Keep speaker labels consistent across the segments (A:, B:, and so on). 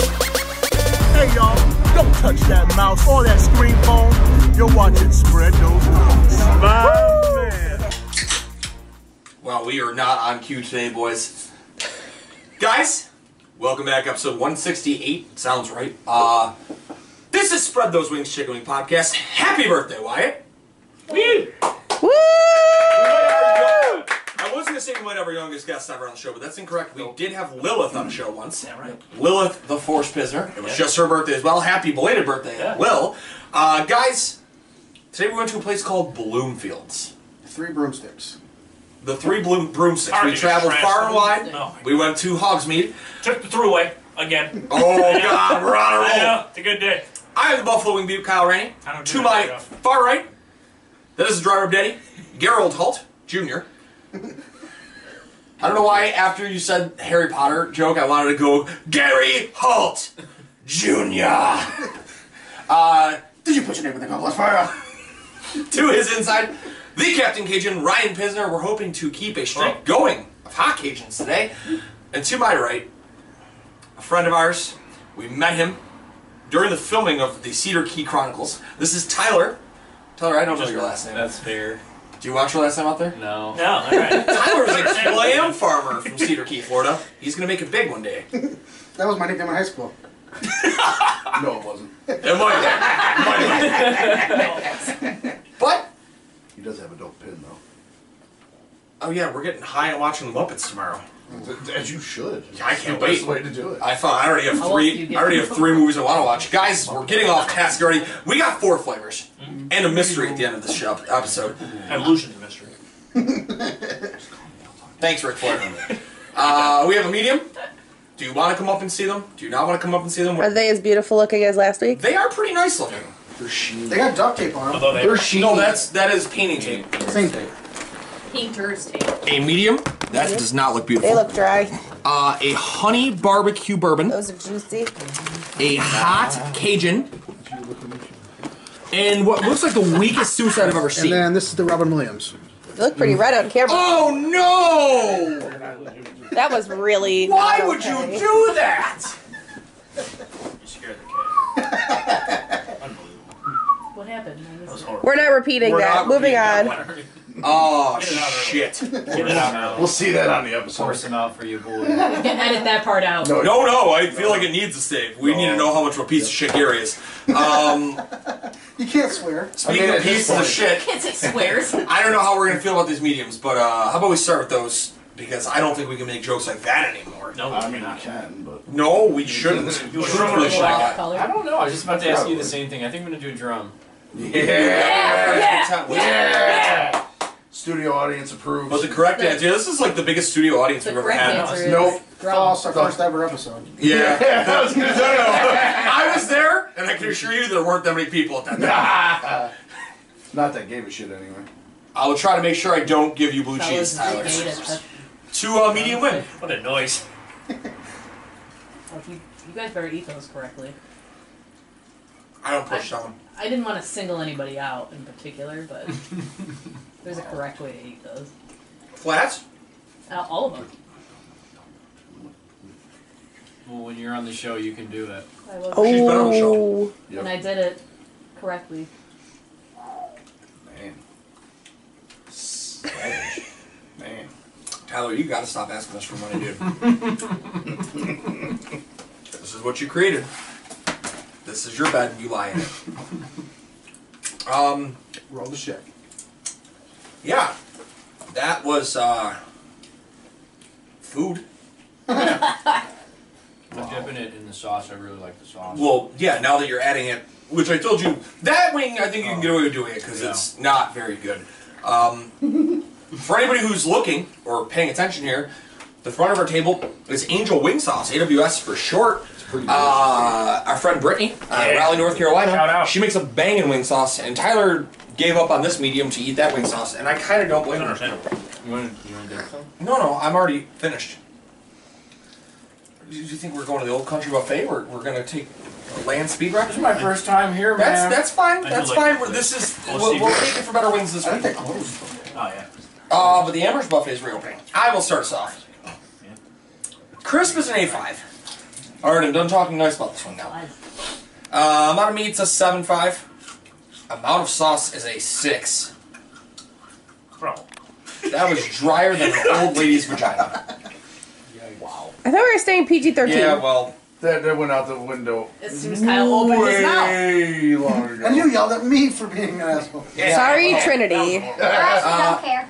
A: Hey y'all, don't touch that mouse or that screen phone. You're watching Spread Those Rules.
B: Well, we are not on cue today, boys. Guys, welcome back. Episode 168 sounds right. Uh, this is Spread Those Wings Chicken Wing Podcast. Happy birthday, Wyatt. I was gonna say we might have our youngest guest ever on the show, but that's incorrect. We did have Lilith on the show once. Yeah, right. Lilith, the Force Prisoner. It was just her birthday as well. Happy belated birthday, Lil. Uh, guys, today we went to a place called Bloomfields.
C: Three broomsticks.
B: The three bloom broomsticks.
D: Already
B: we traveled
D: trash.
B: far and wide.
D: Oh, my
B: we went to Hogsmeade.
D: Took the throughway again.
B: Oh God, we're on a roll.
D: I know, it's a good day.
B: I am the Buffalo Wing Beat Kyle Rainey.
D: I don't do
B: to
D: that
B: my
D: very often.
B: far right, this is driver Denny, Gerald Holt Jr. I don't know why after you said Harry Potter joke, I wanted to go Gary Holt Jr. uh,
C: Did you put your name in the goblet fire?
B: to his inside, the Captain Cajun, Ryan Pisner. We're hoping to keep a
E: Oh.
B: streak
D: Well.
B: going of hot Cajuns today. And to my right, a friend of ours. We met him during the filming of the Cedar Key Chronicles. This is Tyler. Tyler, I don't know your last name.
E: That's fair.
B: Do you watch your last time out there?
E: No.
D: No, all right.
B: Tyler is a clam farmer from Cedar Key, Florida. He's gonna make it big one day. It
C: That was my nickname in high school. no, it wasn't.
B: might. It might. But
C: He does have a dope pin, though.
B: oh yeah, we're getting high and watching the Muppets tomorrow.
C: As you should.
B: I
C: It's
B: can't
C: the best
B: wait.
C: way to do it.
B: I thought I already have
F: How often do you
B: three.
F: get
B: I already
F: them?
B: have three movies I want to watch. Guys, we're getting off task already. We got four flavors and a mystery at the end of the show episode.
D: Evolution to mystery.
B: Thanks, Rick Flair. Uh, we have a medium. Do you want to come up and see them? Do you not want to come up and see them?
G: Are they as beautiful looking as last week?
B: They are pretty nice looking.
C: they got duct tape on them.
D: Although they- They're
C: sheen.
B: Oh, No, that's that is painting tape.
C: same thing.
F: Painter's tape.
B: A medium. That does not look beautiful.
G: They look dry.
B: Uh, a honey barbecue bourbon,
G: Those are juicy.
B: a hot Cajun, and what looks like the weakest suicide I've ever
C: And
B: seen.
C: then this is the Robin Williams.
G: They look pretty red on camera.
B: oh no!
G: That was really.
B: Why
G: not
B: would you
G: okay.
B: do that?
D: You scared the cat. Unbelievable.
F: What happened?
D: That was horrible.
G: We're not repeating
B: We're
G: that.
B: not
G: Moving on.
B: Oh
D: Get it out early.
B: shit!
D: Get it out now.
C: We'll see that on the episode.
E: Forcing out for you, boy.
F: You can edit that part out.
C: No.
B: No, no, I feel like it needs a save. We need to know how much of a piece of shit Gary is. Um,
C: You can't swear.
B: speaking
C: I mean,
B: of
C: at this
B: pieces of
C: point-
B: shit,
F: Can't say swears.
B: I don't know how we're gonna feel about these mediums, but uh, how about we start with those because I don't think we can make jokes like that anymore.
D: No,
H: I mean, I
D: not.
H: can, but
B: No, we shouldn't.
D: You were
B: Truthfully
D: really
B: should not.
F: color.
E: I don't know. I was just about to ask you the same thing. I think I'm gonna do a drum.
B: Yeah.
F: Yeah,
H: studio audience approves.
B: But the correct answer, yeah, this is like the biggest studio audience
F: The
B: we've ever
F: correct
B: had.
F: answer is
C: Nope.
F: Draw.
C: False, our first ever episode.
B: Yeah.
H: yeah, that was
B: No, no, no. I was there, and I can assure you there weren't that many people at that time.
H: not that gave a shit anyway.
B: I will try to make sure I don't give you blue
F: That
B: cheese,
F: was
B: Tyler.
F: negative.
B: Two uh, medium win.
D: What a noise.
F: That- You you guys better eat those correctly.
B: I don't push that one.
F: I didn't want to single anybody out in particular, but there's a correct way to eat those.
B: Flats?
F: Uh, all of them.
E: Well, when you're on the show, you can do it.
F: I was,
B: She's been on the
G: Oh.
F: And I did it correctly.
H: Man. Savage. Man.
B: Tyler, you gotta stop asking us for money, dude. this is what you created. This is your bed, you lie in it. Um,
C: Roll the shit.
B: yeah. That was uh, food.
E: I'm dipping it in the sauce. I really like the sauce.
B: Well, yeah. Now that you're adding it, which I told you, that wing, I think you can get away with doing it because
E: Yeah.
B: it's not very good. Um, for anybody who's looking or paying attention here, the front of our table is Angel Wing Sauce, AWS for short. Uh, our friend Brittany, uh,
D: Yeah.
B: Raleigh, North Carolina,
D: Shout out.
B: she makes a banging wing sauce, and Tyler gave up on this medium to eat that wing sauce, and I kind of don't blame him.
D: Understandable.
E: you want to you want to dip some?
B: No, no, I'm already finished. Do you think we're going to the old country buffet? We're, we're going to take a land speed record?
E: This is my first time here,
B: That's
E: man.
B: that's fine.
D: I do
B: That's
D: like
B: fine.
D: that.
B: We're, this is
D: I'll
B: we'll,
D: see
B: we'll
D: you.
B: take it for better wings this
H: I think
B: week.
H: they closed.
D: Oh, yeah.
B: Uh, but the Amherst buffet is reopening. I will start us off. Crisp is an A five. All right, I'm done talking nice about this one now. Uh, amount of meat's a seven five. Amount of sauce is a six.
D: Bro.
B: That was drier than an old lady's vagina.
G: I thought we were staying PG thirteen.
B: Yeah, well,
H: That, that went out the window
F: As soon as Kyle opened his mouth.
H: way long ago.
C: And you yelled at me for being an asshole.
B: yeah.
G: Sorry, Trinity.
I: I
B: Uh,
I: don't care.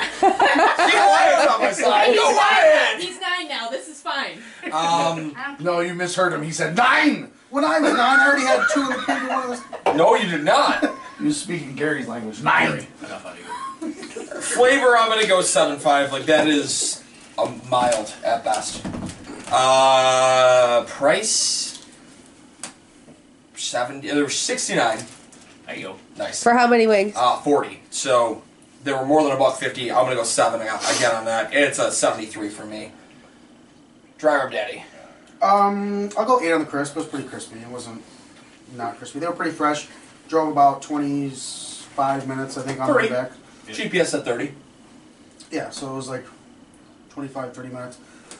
B: She lied on my side. Go
F: nine. He's nine now. This is fine.
B: Um,
I: I don't care.
H: No, you misheard him. He said nine.
C: When I was nine, I already had two in the point of one of those.
B: no, you did not.
H: You was speaking Gary's language. Nine.
D: Enough out of you.
B: Flavor, I'm gonna go seven five. Like that is a mild at best. Uh, price seven. There were sixty nine.
D: There you go.
B: Nice.
G: For how many wings?
B: Uh, forty. So there were more than a buck fifty. I'm gonna go seven a- again on that. It's a seventy three for me. Dry rub daddy.
C: Um, I'll go eight on the crisp. It was pretty crispy. It wasn't not crispy. They were pretty fresh. Drove about 25 minutes, I think, on the way
B: Three.
C: back.
B: GPS at thirty.
C: Yeah, so it was like 25, 30 minutes.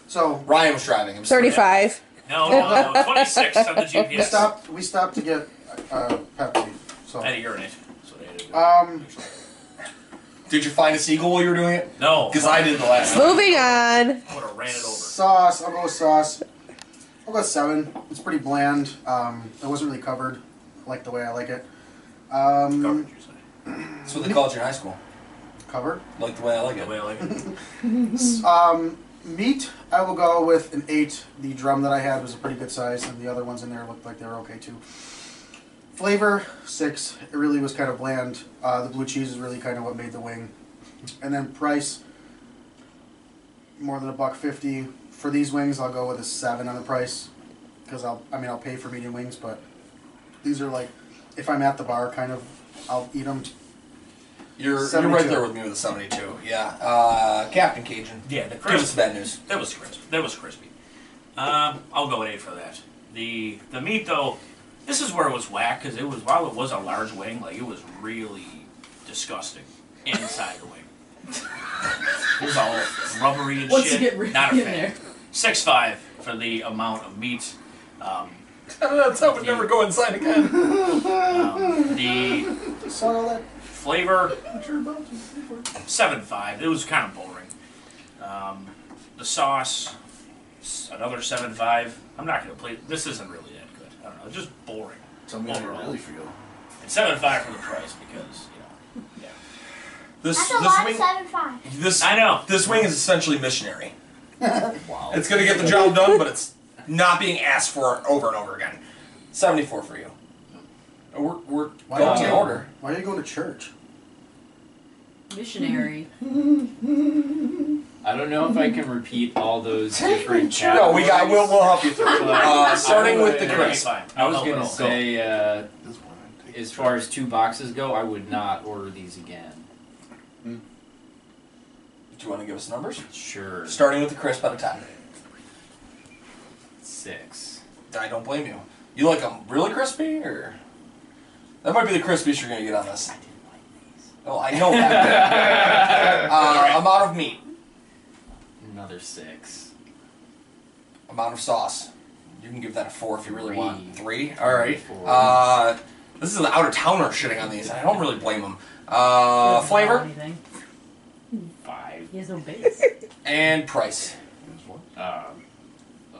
C: So
B: Ryan was driving. I'm sorry.
G: Thirty five.
D: No, no, no. 26 on the
C: we
D: GPS.
C: stopped. We stopped to get uh, Pepsi. So
D: I had to urinate. That's what I had to do.
C: um,
B: Did you find a seagull while you were doing it?
D: no.
B: Because I did the last. time.
G: Moving on.
D: I would have ran it over.
C: sauce. I'll go with sauce. I'll go with seven. It's pretty bland. Um, it wasn't really covered. I like the way I like it. Um,
D: Covered, you say.
B: That's what they called you in high school.
C: covered.
B: Like the way I like it.
D: The way I like it.
C: Um, meat, I will go with an eight. The drum that I had was a pretty good size, and the other ones in there looked like they were okay too. Flavor, six. It really was kind of bland. Uh, the blue cheese is really kind of what made the wing. And then price, more than a buck fifty. For these wings, I'll go with a seven on the price. Because I'll, I mean, I'll pay for medium wings, but these are like, if I'm at the bar, kind of, I'll eat them.
B: You're, you're
C: 72.
B: right there with me with the 72. Yeah. Uh, Captain Cajun.
D: Yeah, the
B: Give us
D: crisp.
B: the bad news.
D: That was crisp. That was crispy. Um, I'll go with eight for that. The the meat though, this is where it was whack because it was while it was a large wing, like it was really disgusting inside the wing. it was all rubbery and
F: Once
D: shit.
F: you get really
D: Not a
F: in
D: fan.
F: there.
D: Six five for the amount of meat. Um,
B: That's how we never go inside again.
D: um, the
C: Saw all that?
D: flavor seven five. It was kind of boring. Um, the sauce, s- another seven five. I'm not gonna play. This isn't really that good. I don't know. It's just boring.
H: Tell me how you
D: Overall.
H: really feel.
D: And seven five for the price because you know. Yeah.
B: This
I: That's a
B: this
I: lot of
B: wing
I: seven five.
B: this
D: I know.
B: this wing is essentially missionary.
D: Wow.
B: It's gonna get the job done, but it's not being asked for over and over again. 74 for you. We're, we're
C: Why
B: going
C: not?
B: in order.
C: Why are you going to church?
F: Missionary.
E: I don't know if I can repeat all those different
B: No, we got. We'll, we'll help you through.
E: categories, but
B: Uh, starting with the
E: I would-
B: crisp.
E: I was gonna say, uh,
H: This one, I take
E: as far as two boxes go, I would not order these again.
B: Do you want to give us numbers?
E: Sure.
B: Starting with the crisp at a time.
E: Six.
B: I don't blame you. You like them really crispy, or that might be the crispiest you're gonna get on this. Oh, I know that. uh, amount of meat,
E: Another six.
B: amount of sauce. You can give that a four if you really want. Three.
E: Three.
B: All right.
E: Four.
B: Uh, this is an out of towner shitting on these, and I don't really blame them. Uh,
F: Doesn't smell
B: flavor
F: anything.
E: Five.
F: He has no base.
B: and price.
H: this one.
E: Um,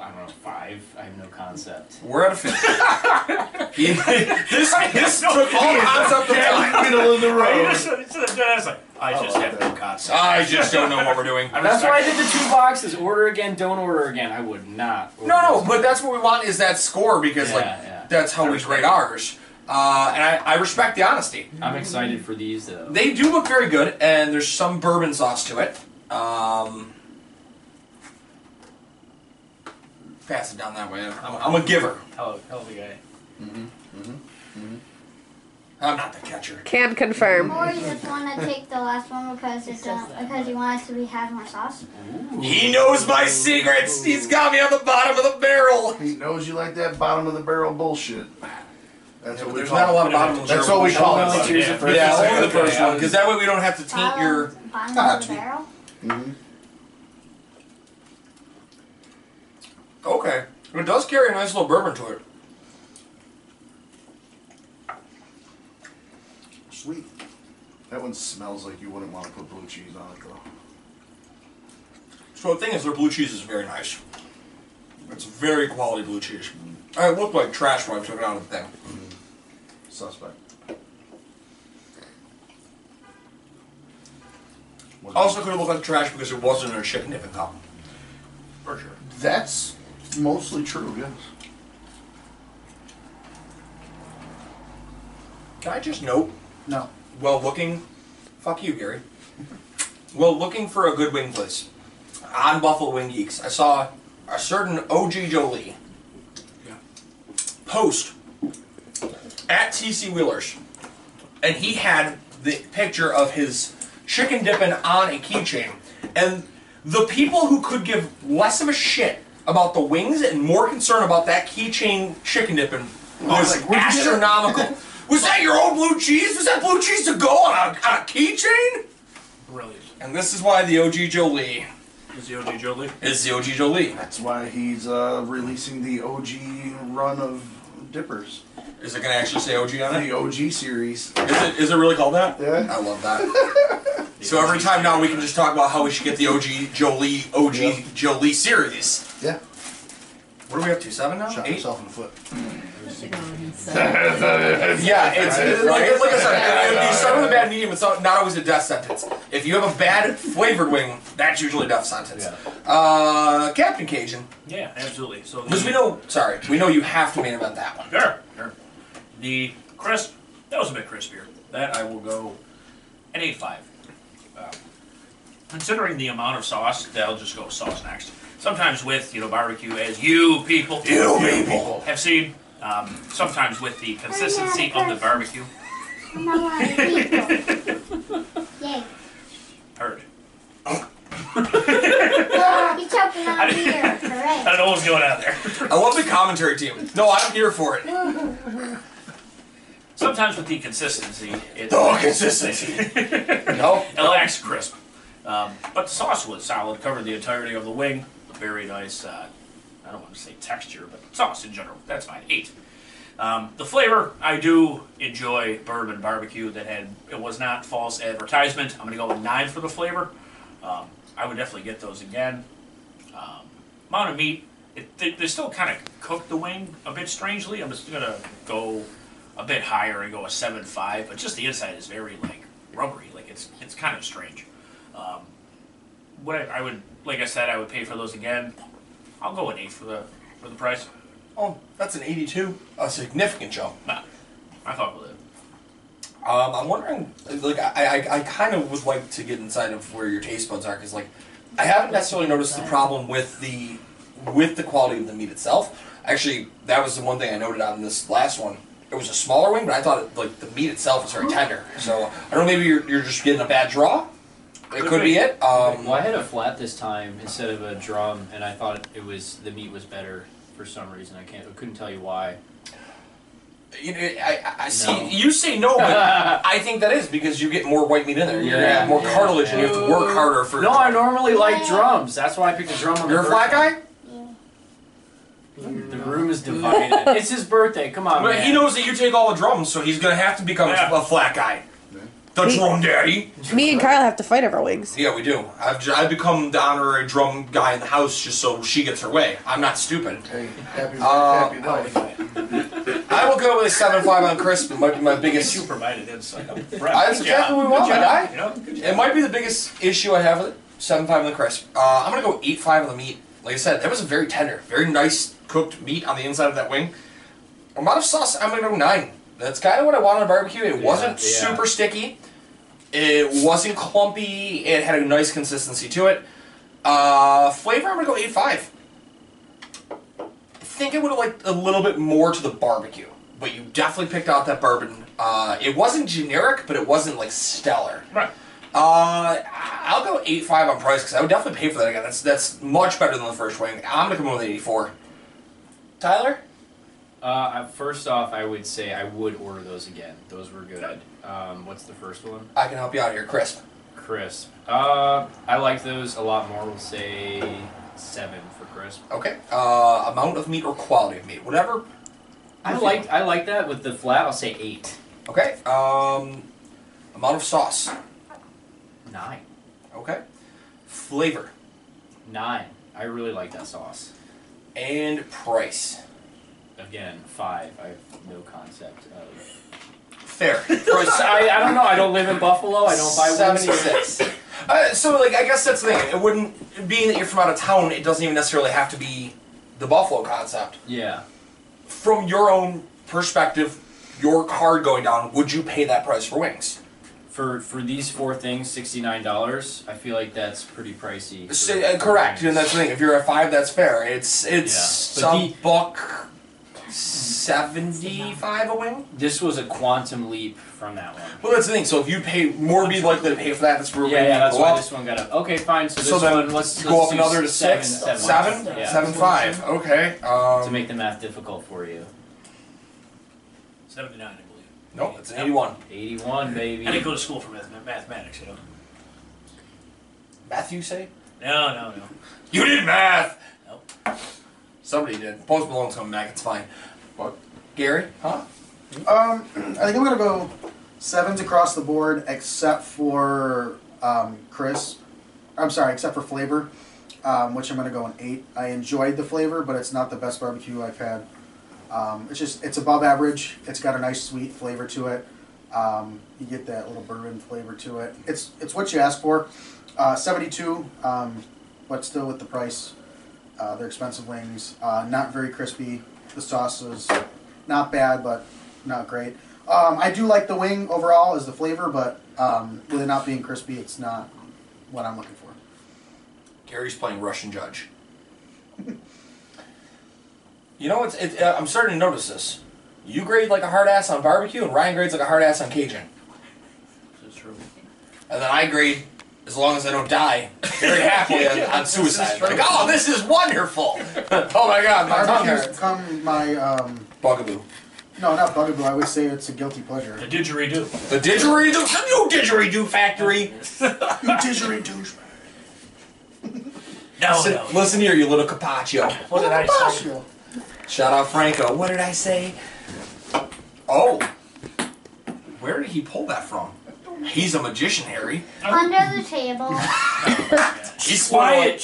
E: I don't know, five. I have no concept.
B: We're at a fifty. this this took all concept of time.
H: middle of the
D: I
H: road.
D: just, it's like, I just have no concept.
B: I just don't know what we're doing.
E: That's why I did the two boxes: order again, don't order again. I would not. Order
B: No, no,
E: those.
B: but that's what we want is that score because like
E: Yeah, yeah.
B: that's how we grade ours. Uh, and I, I respect the honesty.
E: I'm excited for these though.
B: They do look very good, and there's some bourbon sauce to it. Um, pass it down that way. I'm, I'm a giver.
D: Hell, hell of a guy.
B: I'm not the catcher.
G: Can confirm.
I: Or you just want to take the last one because it
F: says
I: don't,
F: that.
I: because you want us to be have more sauce.
B: He knows my secrets. He's got me on the bottom of the barrel.
H: He knows you like that bottom of the barrel bullshit. That's what we
B: There's
H: call
B: not a lot
H: it.
B: of bottom of the
H: That's
B: barrel.
H: what we call
E: Oh,
H: it.
E: cheers
D: yeah.
E: the first
B: Yeah,
E: and
B: only the
E: second.
B: first
E: Okay, I
B: one,
E: was-
B: because that way we don't have to taint
I: Bottom,
B: your.
I: bottom
C: Ah,
I: of the
C: tweet.
I: barrel.
B: Okay, it does carry a nice little bourbon to it.
H: Sweet. That one smells like you wouldn't want to put blue cheese on it though.
B: So the thing is, their blue cheese is very nice. It's very quality blue cheese. I looked like trash when I took it out of the thing.
H: Suspect. What
B: Also, could have looked like trash because it wasn't in a chicken dipping cup.
D: For sure.
H: That's mostly true, yes.
B: Can I just note,
C: No.
B: well looking, fuck you, Gary. well looking for a good wing place on Buffalo Wing Geeks, I saw a certain OG Jolie post at TC Wheelers, and he had the picture of his chicken dipping on a keychain, and the people who could give less of a shit about the wings and more concern about that keychain chicken dipping was
H: like, where'd you get it?
B: astronomical. was that your own blue cheese? Was that blue cheese to go on a, on a keychain?
D: Brilliant.
B: And this is why the OG Jolie
D: Is the OG Jolie?
B: is the OG Jolie.
H: That's why he's uh, releasing the OG run of dippers.
B: Is it gonna actually say OG on it?
H: The OG
B: Is
H: series.
B: it is it really called that?
H: Yeah.
B: I love that. so every time now we can just talk about how we should get the OG Jolie OG
H: Yeah.
B: Jolie series.
H: Yeah.
B: What are we up to? Seven now?
H: Shot
B: Eight?
H: himself in the foot.
B: Yeah, it's, it's like, it's like I said, if you start with a bad medium, it's not, not always a death sentence. If you have a bad flavored wing, that's usually a death sentence. Uh, Captain Cajun,
D: Yeah, absolutely. So the-
B: because we know, sorry, we know you have to main event that one.
D: Sure, sure. The crisp, that was a bit crispier. That I will go an 8.5. Uh, considering the amount of sauce, they'll just go sauce next. Sometimes with, you know, barbecue, as you people,
B: You people.
D: have seen, um, sometimes with the consistency of the barbecue,
I: No one people. Yay.
D: heard.
I: He's choking on beer. Hooray.
D: I don't know what's going on there.
B: I love the commentary team. No, I'm here for it.
D: Sometimes with the consistency, it,
B: Oh, consistency. no,
D: it lacks crisp. Um, but the sauce was solid, covered the entirety of the wing. Very nice, uh, I don't want to say texture, but sauce in general. That's fine. Eight. Um, the flavor, I do enjoy bourbon barbecue that had, it was not false advertisement. I'm going to go with nine for the flavor. Um, I would definitely get those again. Um, amount of meat, it, they, they still kind of cook the wing a bit strangely. I'm just going to go a bit higher and go a seven five, but just the inside is very like rubbery. Like it's it's kind of strange. Um, what I, I would like I said, I would pay for those again. I'll go an eight for the for the price.
B: Oh, that's an 82. A significant jump.
D: Nah, I fuck with it.
B: Um, I'm wondering, like, I, I, I kind of would like to get inside of where your taste buds are, because, like, I haven't necessarily noticed the problem with the with the quality of the meat itself. Actually, that was the one thing I noted on this last one. It was a smaller wing, but I thought, like, the meat itself was very tender. So, I don't know, maybe you're, you're just getting a bad draw. It
D: Could
B: could be
D: be.
B: it. Um,
E: Well, I had a flat this time instead of a drum, and I thought it was the meat was better for some reason. I can't, I couldn't tell you why.
B: You know, I, I see.
E: No.
B: You say no, but I think that is because you get more white meat in there. You're gonna have more
E: Yeah, yeah,
B: cartilage, and you
E: yeah.
B: have to work harder for.
E: No, I normally like drums. That's why I picked a drum on the
B: You're a
E: first
B: flat guy.
E: one. The room is divided. it's his birthday. Come on,
B: Well,
E: man.
B: he knows that you take all the drums, so he's gonna have to become
D: Yeah.
B: a flat guy. The
G: Me-
B: drum daddy.
G: Me and Kyle have to fight over wings.
B: Yeah, we do. I've j- I've become the honorary drum guy in the house just so she gets her way. I'm not stupid.
H: Hey, happy,
B: Uh,
H: happy life.
B: I will go with a seven five on Chris. It might be my biggest.
D: You provided insight.
B: That's exactly what we want, my guy.
D: Yeah, good job.
B: It might be the biggest issue I have with it. Seven five on the crisp. Uh, I'm gonna go eight five on the meat. Like I said, that was a very tender, very nice cooked meat on the inside of that wing. Amount of sauce, I'm gonna go nine. That's kind of what I want on a barbecue. It
E: Yeah,
B: wasn't
E: yeah.
B: super sticky. It wasn't clumpy. It had a nice consistency to it. Uh, flavor, I'm gonna go eight five. I think I would have liked a little bit more to the barbecue, but you definitely picked out that bourbon. Uh, it wasn't generic, but it wasn't like stellar.
D: Right.
B: Uh, I'll go eight five on price because I would definitely pay for that again. That's that's much better than the first wing. I'm gonna come in with eighty four. Tyler,
E: Uh, I- first off, I would say I would order those again. Those were good. Um, what's the first one?
B: I can help you out here, Chris.
E: Crisp. Uh, I like those a lot more. We'll say seven for crisp.
B: Okay. Uh, amount of meat or quality of meat, whatever.
E: I like I like that with the flat. I'll say eight,
B: Okay. Um, amount of sauce.
E: nine,
B: Okay. Flavor
E: nine. I really like that sauce.
B: and price.
E: Again, five. I have no concept of.
B: Fair. Price.
E: I, I don't know. I don't live in Buffalo. I don't buy wings.
B: seventy six. Uh, so like I guess that's the thing. It wouldn't being that you're from out of town. It doesn't even necessarily have to be the Buffalo concept.
E: Yeah.
B: from your own perspective, your card going down, would you pay that price for wings?
E: For for these four things, sixty nine dollars. I feel like that's pretty pricey. for-
B: So, uh,
E: for
B: correct, and
E: wings.
B: that's the thing. If you're a five, that's fair. It's it's
E: Yeah, but
B: some
E: the-
B: buck seventy-five a wing.
E: This was a quantum leap from that one.
B: Well, that's the thing. So if you pay more, be likely to pay for that. That's where
E: Yeah,
B: we
E: yeah, that's
B: go
E: why
B: up.
E: this one got up. Okay, fine. So this
B: So then
E: one, let's,
B: You go
E: let's
B: up
E: do
B: another to
E: seven,
B: six,
E: seven,
B: seven,
E: yeah.
B: seven five. Okay. Um,
E: To make the math difficult for you,
D: 79, I believe.
B: nope, it's an eighty-one.
E: eighty-one, baby.
D: I didn't go to school for math- mathematics, you know.
B: Math, you say?
D: No, no, no.
B: You did math.
D: Nope.
B: Somebody did. Post Malone's coming back. It's fine.
H: What?
B: Gary? Huh?
C: Um, I think I'm gonna go sevens across the board, except for um, Chris. I'm sorry, except for flavor, um, which I'm gonna go an eight. I enjoyed the flavor, but it's not the best barbecue I've had. Um, it's just it's above average. It's got a nice sweet flavor to it. Um, you get that little bourbon flavor to it. It's it's what you ask for. Uh, Seventy-two, um, but still with the price. Uh, they're expensive wings. Uh, not very crispy. The sauce is not bad, but not great. Um, I do like the wing overall as the flavor, but um, with it not being crispy, it's not what I'm looking for.
B: Gary's playing Russian judge. you know what's? It, uh, I'm starting to notice this. You grade like a hard ass on barbecue, and Ryan grades like a hard ass on Cajun.
D: That's true.
B: And then I grade, as long as I don't die, very happily on, on suicide. Like, oh, this is wonderful! oh my god, my tongue
C: Barbecues
B: hurts.
C: become my um,
B: Bugaboo.
C: no, not bugaboo. I would say it's a guilty pleasure.
D: The didgeridoo.
B: The didgeridoo, the new didgeridoo factory!
C: You didgeridoo.
D: No,
B: Listen,
D: no.
B: listen here, you little capaccio.
D: What did I say?
C: Pistachio.
B: Shout out Franco. What did I say? Oh. Where did he pull that from? He's a magician, Harry.
I: Under the table.
B: He's
D: Quiet.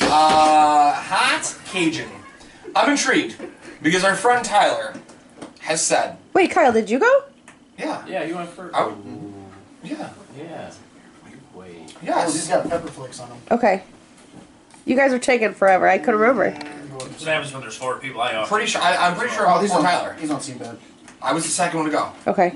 B: Uh, hot Cajun. I'm intrigued because our friend Tyler has said,
G: Wait, Kyle, did you go?
B: yeah,
E: Yeah, you went first.
B: Oh.
E: Ooh,
B: yeah,
E: yeah. Wait.
C: Oh,
B: yes.
C: he's got pepper flakes on him.
G: Okay. You guys were taking forever. I couldn't remember.
D: That's what happens when there's four people. I offer.
B: Pretty sure I, I'm pretty sure
C: Oh,
B: about
C: these
B: poor
C: don't.
B: Tyler.
C: These don't seem bad.
B: I was the second one to go.
G: Okay.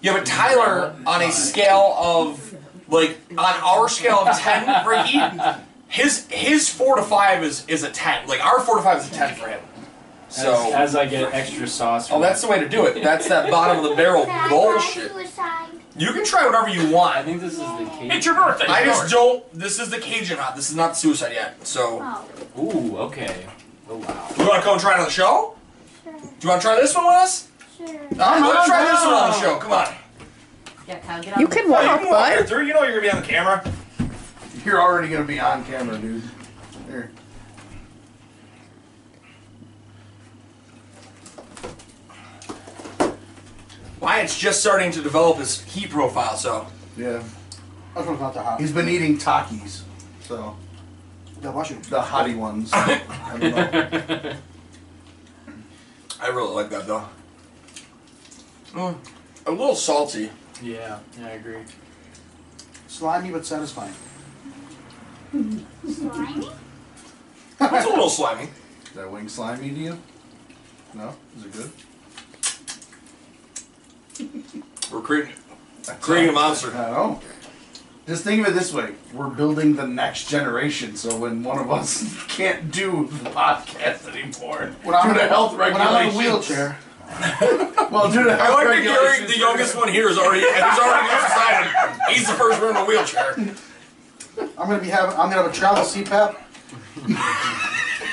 B: Yeah, but Tyler on a scale of like on our scale of ten for Heaton, his his four to five is is a ten. Like our four to five is a ten for him.
E: So
B: So
E: as, I get extra sauce.
B: oh,
E: from
B: that's the way to do it. That's that bottom of the barrel
I: Can I
B: bullshit.
I: try suicide?
B: You can try whatever you
E: I
B: want.
E: think this is the case.
D: It's your birthday.
B: I just
D: George.
B: don't. This is the Cajun hot. This is not suicide yet. So.
I: Oh,
E: Ooh, okay. Oh wow.
B: You want to come and try it on the show?
I: sure,
B: Do you want to try this one with us?
I: sure.
B: I'm going to try this one on the show. Come on.
F: Yeah, Kyle, get on.
G: You
F: the-
G: can walk,
B: can walk
G: bud.
B: through. You know you're going to be on the camera.
H: You're already gonna be on camera, dude. There.
B: Why Wyatt's just starting to develop his heat profile, so
H: Yeah.
C: That one's not that hot.
H: He's been eating Takis, so
C: God bless you.
H: the hottie ones. I don't know.
B: I really like that though. Mm, a little salty.
E: Yeah, yeah, I agree.
C: Slimy but satisfying.
I: Slimy?
B: It's a little slimy.
H: Is that wing slimy to you? No? Is it good?
B: We're creating, creating a
H: I
B: monster.
H: don't know. Just think of it this way: we're building the next generation. So when one of us can't do the podcast anymore,
C: When I'm
H: due to
C: in-
H: health
C: When I'm in a
H: regulations,
C: wheelchair,
H: well, due to health
B: I like that Gary,
H: regulations,
B: the youngest one here, is already he's already decided he's the first one in a wheelchair.
C: I'm gonna be having. I'm gonna have a travel CPAP.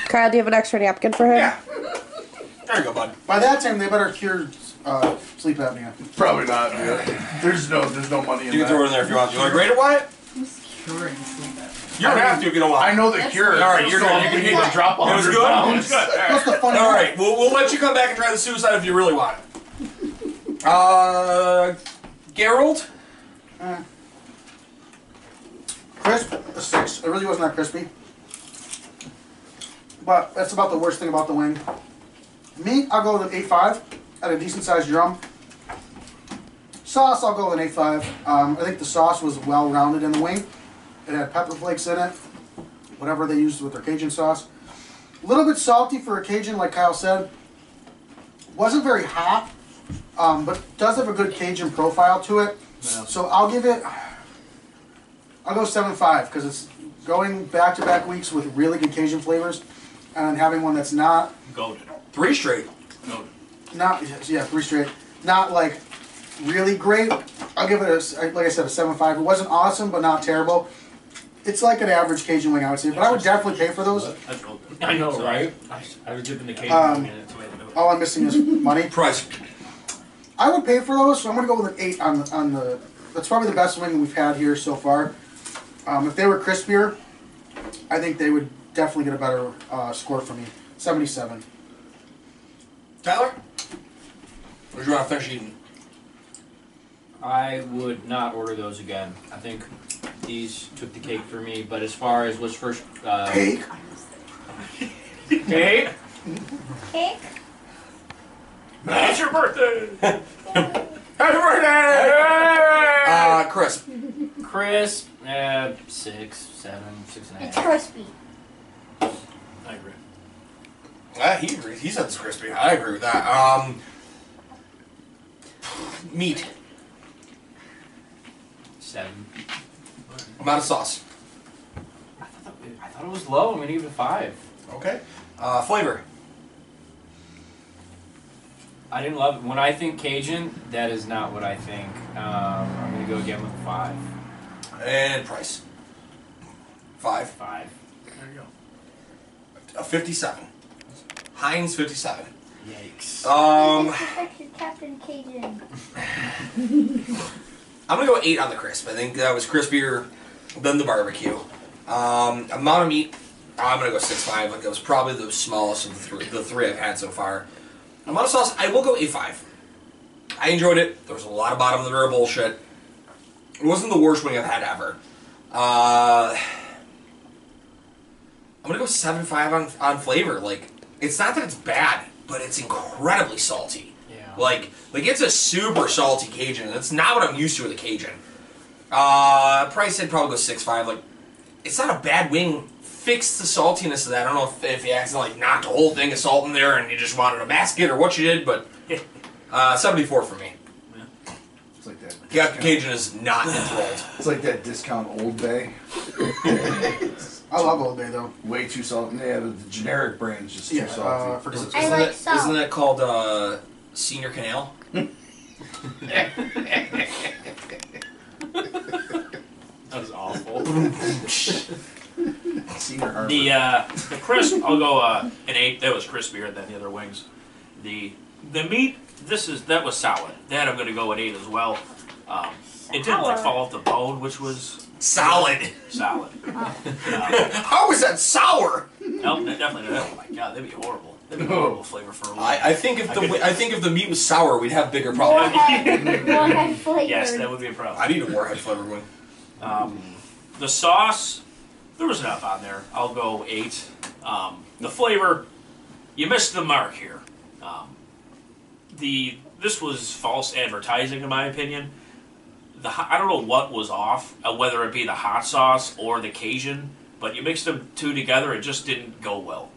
G: Kyle, do you have an extra napkin for him?
B: Yeah. There you go, bud.
C: By that time, they better cure uh, sleep apnea.
H: probably not. dude. There's no, there's no money in
B: You can
H: that.
B: throw it in there if you want. You want to grade it, Wyatt?
F: Curing sleep apnea.
B: You don't have to if you don't want.
H: I know the
F: That's
H: cure.
F: good.
B: All right, you're
H: so
B: good.
H: You
B: You
H: need
B: can
H: to drop
B: It was
H: 100
B: good?
H: pounds.
C: What's the funny?
B: All right, we'll, we'll let you come back and try the suicide if you really want it. Uh, Gerald,
C: Crisp a six. It really was not crispy. But that's about the worst thing about the wing. Meat, I'll go with an eight five at a decent sized drum. Sauce, I'll go with an eight five. Um, I think the sauce was well rounded in the wing. It had pepper flakes in it, whatever they used with their Cajun sauce. A little bit salty for a Cajun, like Kyle said. Wasn't very hot, um, but does have a good Cajun profile to it. So I'll give it. I'll go seven five because it's going back to back weeks with really good Cajun flavors, and having one that's not
D: Golden.
B: three straight.
D: Golden.
C: not yeah three straight, not like really great. I'll give it a like I said a seven five. It wasn't awesome, but not terrible. It's like an average Cajun wing, I would say, but I would definitely pay for those.
D: That's golden.
E: I know,
D: Sorry.
E: right? I, I was dipping the cake
C: Um,
E: in it.
D: That's the way to do it.
C: All I'm missing is money.
B: Price.
C: I would pay for those, so I'm gonna go with an eight on the on the. That's probably the best wing we've had here so far. Um, if they were crispier, I think they would definitely get a better uh, score for me. Seventy-seven.
B: Tyler, or do you want to finish eating?
E: I would not order those again. I think these took the cake for me. But as far as what's first, uh,
C: Cake.
E: cake?
I: Cake?
D: It's your birthday!
B: Happy birthday! Uh, Chris,
E: crisp, uh, six, seven, six and a
I: It's
E: half.
I: crispy.
D: I agree.
B: uh, he agrees. He said it's crispy. I agree with that. Um, meat.
E: Seven.
B: I'm out of sauce.
E: I thought, that- I thought it was low. I'm gonna give it a five.
B: Okay. Uh, flavor.
E: I didn't love it. When I think Cajun, that is not what I think. Um, I'm gonna go again with a five.
B: And price. Five.
E: Five.
D: There you go.
B: A 57. Heinz 57.
E: Yikes.
B: Um,
I: Disrespected Captain Cajun.
B: I'm gonna go eight on the crisp. I think that was crispier than the barbecue. Um, amount of meat, I'm gonna go six five. Like that was probably the smallest of the three, the three I've had so far. Amount of sauce, I will go eight five. I enjoyed it. There was a lot of bottom of the barrel bullshit. It wasn't the worst wing I've had ever. Uh, I'm gonna go seven five on on flavor. Like it's not that it's bad, but it's incredibly salty.
E: Yeah.
B: Like, like it's a super salty Cajun. That's not what I'm used to with a Cajun. Uh, price I'd probably go six five. Like, it's not a bad wing. Fix the saltiness of that. I don't know if, if you accidentally like, knocked a whole thing of salt in there and you just wanted a basket or what you did, but uh, seventy four for me.
H: It's like that.
B: Captain Cajun is not enthralled.
H: It's like that discount Old Bay.
C: I love Old Bay though.
H: Way too salty. Yeah, the the generic brand's just too
C: Yeah, uh,
H: salty.
C: for dessert.
I: I like
B: that,
I: salt.
B: Isn't that called uh, Senior Canal?
E: That was awful.
H: Senior Harbor.
D: The uh, the crisp, I'll go uh, an eight. That was crispier than the other wings. The the meat, this is that was solid. That I'm gonna go an eight as well. Um, it didn't like fall off the bone, which was
B: Solid.
D: solid.
B: How is that sour?
D: No, that definitely. Oh my god, that'd be horrible. That'd be a horrible flavor for a wing.
B: I, I think if the wi- I think if the meat was sour, we'd have bigger problems.
I: Warhead, warhead flavored.
D: yes, that would be a problem.
B: I need a warhead flavored wing.
D: Um, the sauce, there was enough on there. I'll go eight. Um, the flavor, you missed the mark here. Um, the this was false advertising, in my opinion. The ho- I don't know what was off, uh, whether it be the hot sauce or the Cajun, but you mixed them two together, it just didn't go well.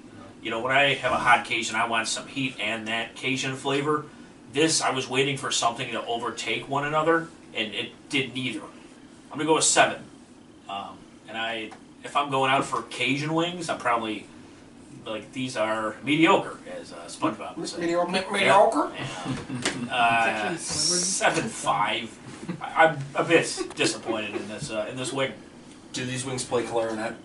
D: You know, when I have a hot Cajun, I want some heat and that Cajun flavor. This, I was waiting for something to overtake one another, and it did neither. I'm gonna go with seven. Um, and I, if I'm going out for Cajun wings, I'm probably like these are mediocre, as uh, SpongeBob would say.
B: Mediocre.
D: Uh,
F: actually
D: seven five. I, I'm a bit disappointed in this uh, in this wing.
B: Do these wings play clarinet?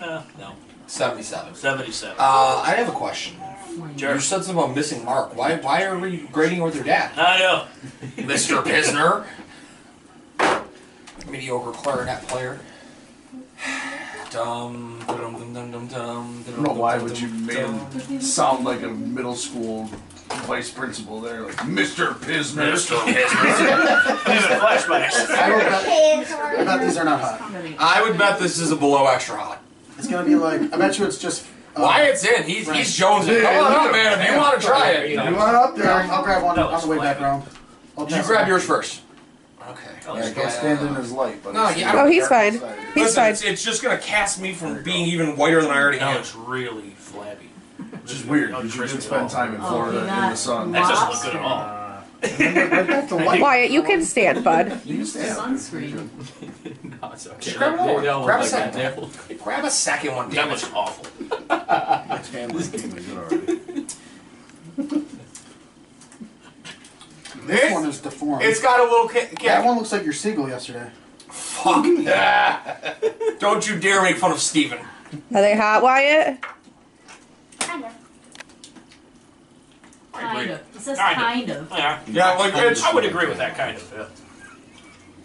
D: Uh, no,
B: Seventy-seven.
D: seventy-seven.
B: Uh, I have a question.
D: Sure.
B: You said something about missing Mark. Why? Why are we grading with your dad,
D: I know.
B: Mister Pisner? Mediocre clarinet player. Dum dum dum dum dum dum.
H: I don't know why would you make him uh, sound like a middle school vice principal there, like Mr. Pisner.
B: Mister Pisner.
D: Even flashbacks.
C: I, will bet,
I: Kids
C: I bet these
I: are.
C: are not hot.
B: I would bet this is a below extra hot.
C: It's gonna be like I bet you it's just. uh,
H: Oh.
B: Wyatt's in. He's he's jonesing. Come on up, man. If you want to try it,
C: You want up there? I'll, I'll grab one
D: No,
C: on the way
D: explain
C: back
D: it.
C: around. I'll
B: You
C: pass
B: grab
C: it.
B: yours first. Okay.
D: Oh,
H: Yeah,
D: it's
H: go stand in his light, but
B: No,
H: it's-
B: yeah, I
G: Oh, he's fine. He's
B: Listen,
G: fine.
B: It's, it's just gonna cast me from being even whiter than I already
D: Now
B: am.
D: it's really flabby.
H: Which is weird.
D: Not
H: because You
D: crispy
H: did
D: at all.
H: spend time in
F: Oh,
H: Florida in
F: not-
H: the sun.
D: That doesn't
F: Lost.
D: look good at all.
C: Right back to light.
G: Wyatt, you can stand, bud.
H: You just stand.
F: Sunscreen.
E: No, it's okay.
B: Just grab another
E: They- they all
B: one.
E: look
B: Grab a
E: like that.
B: second.
E: They all-
B: Grab a second one,
D: That
B: damn
D: was
B: it.
D: awful.
C: This one is deformed.
B: It's got a little ca-
C: that
B: yeah.
C: one looks like your seagull yesterday.
B: Fuck. Don't you dare make fun of Steven.
G: Are they hot, Wyatt?
I: Kind of.
D: I
F: Kind
D: agree.
F: of. It says
D: Kinda.
F: kind of.
D: Yeah,
B: Yeah, like it's.
D: I would agree with that kind of. Yeah.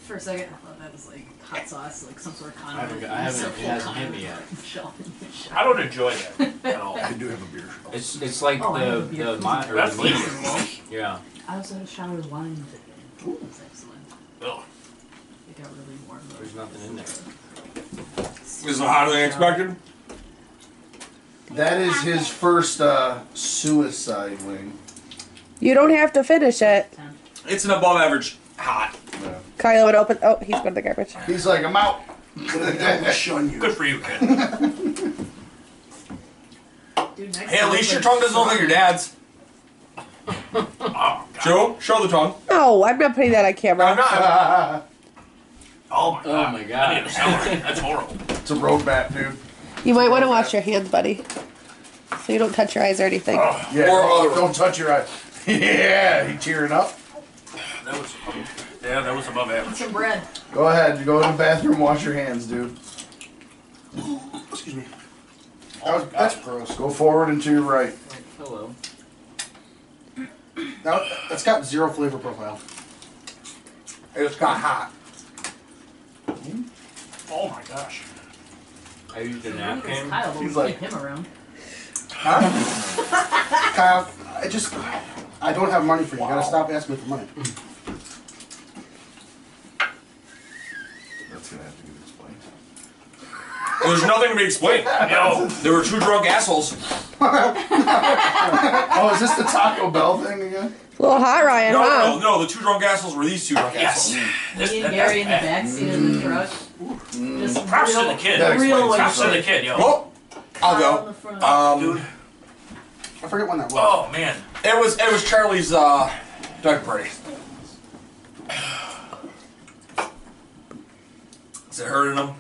F: For a second, I thought that was like hot sauce, like some sort of
E: I haven't,
F: condiment.
E: I haven't, it
F: Some
E: hasn't hit me
F: condiment.
E: yet.
F: Michelle. Michelle.
D: I don't enjoy that at all.
H: do have a beer.
E: It's, it's like
F: Oh, I
E: the,
F: have a beer.
E: the monitor.
D: That's decent.
E: Yeah.
F: I also had a shower of wine today. That's excellent.
D: Ugh.
F: It got really warm. though.
E: There's nothing in there.
B: Is it hotter than expected?
H: That is his first uh, suicide wing.
G: You don't have to finish it.
F: Ten.
B: It's an above average hot.
H: Yeah.
G: Kylo would open. Oh, he's going to the garbage.
H: He's like, I'm out.
C: I will shun you.
D: Good for you, kid.
F: Dude, next
B: Hey, at
F: time,
B: least your
F: like,
B: tongue doesn't look like your dad's.
D: Oh, God.
B: Joe, show the tongue.
G: No, I'm not putting that on
B: I'm
G: camera.
B: not.
D: Oh, my God.
E: Oh my
D: I need
E: god.
D: a celery. That's horrible.
H: It's a roadmap, dude.
G: You might want to wash your hands, buddy, so you don't touch your eyes or anything.
H: Yeah,
B: Or
H: don't,
B: other-
H: don't touch your eye. yeah, he tearing up.
D: That was yeah, that was above average.
F: Some bread.
H: Go ahead, go to the bathroom, wash your hands, dude.
C: Excuse me. That was, that's gross.
H: Go forward and to your right.
E: Hello.
C: That, that's got zero flavor profile.
B: It's got hot.
D: Oh my gosh.
E: I used a
F: Look at this
E: napkin.
F: Kyle, but
H: He's
F: we
H: like-
F: keep him around.
C: Kyle, I just I don't have money for you. You gotta stop asking me for money.
H: That's gonna have to get explained.
B: There's nothing to be explained.
D: No.
B: There were two drunk assholes.
H: Oh, is this the Taco Bell thing again?
G: A little hot, Ryan,
B: No,
G: huh?
B: no, no. The two drunk assholes were these two drunk
D: Yes.
B: assholes.
D: This-
F: Me
D: that-
F: and Gary in the
D: that's bad.
F: backseat of the truck. Just
D: Props to
F: real,
D: the kid.
H: That
F: Real
H: explains
D: Props
H: it.
D: to the kid, yo.
B: Well, I'll
F: Kyle in
B: go.
F: the front.
B: Oh, Um,
C: I forget when that was.
D: Oh man.
B: it was it was Charlie's uh, Doug party. Is it hurting him?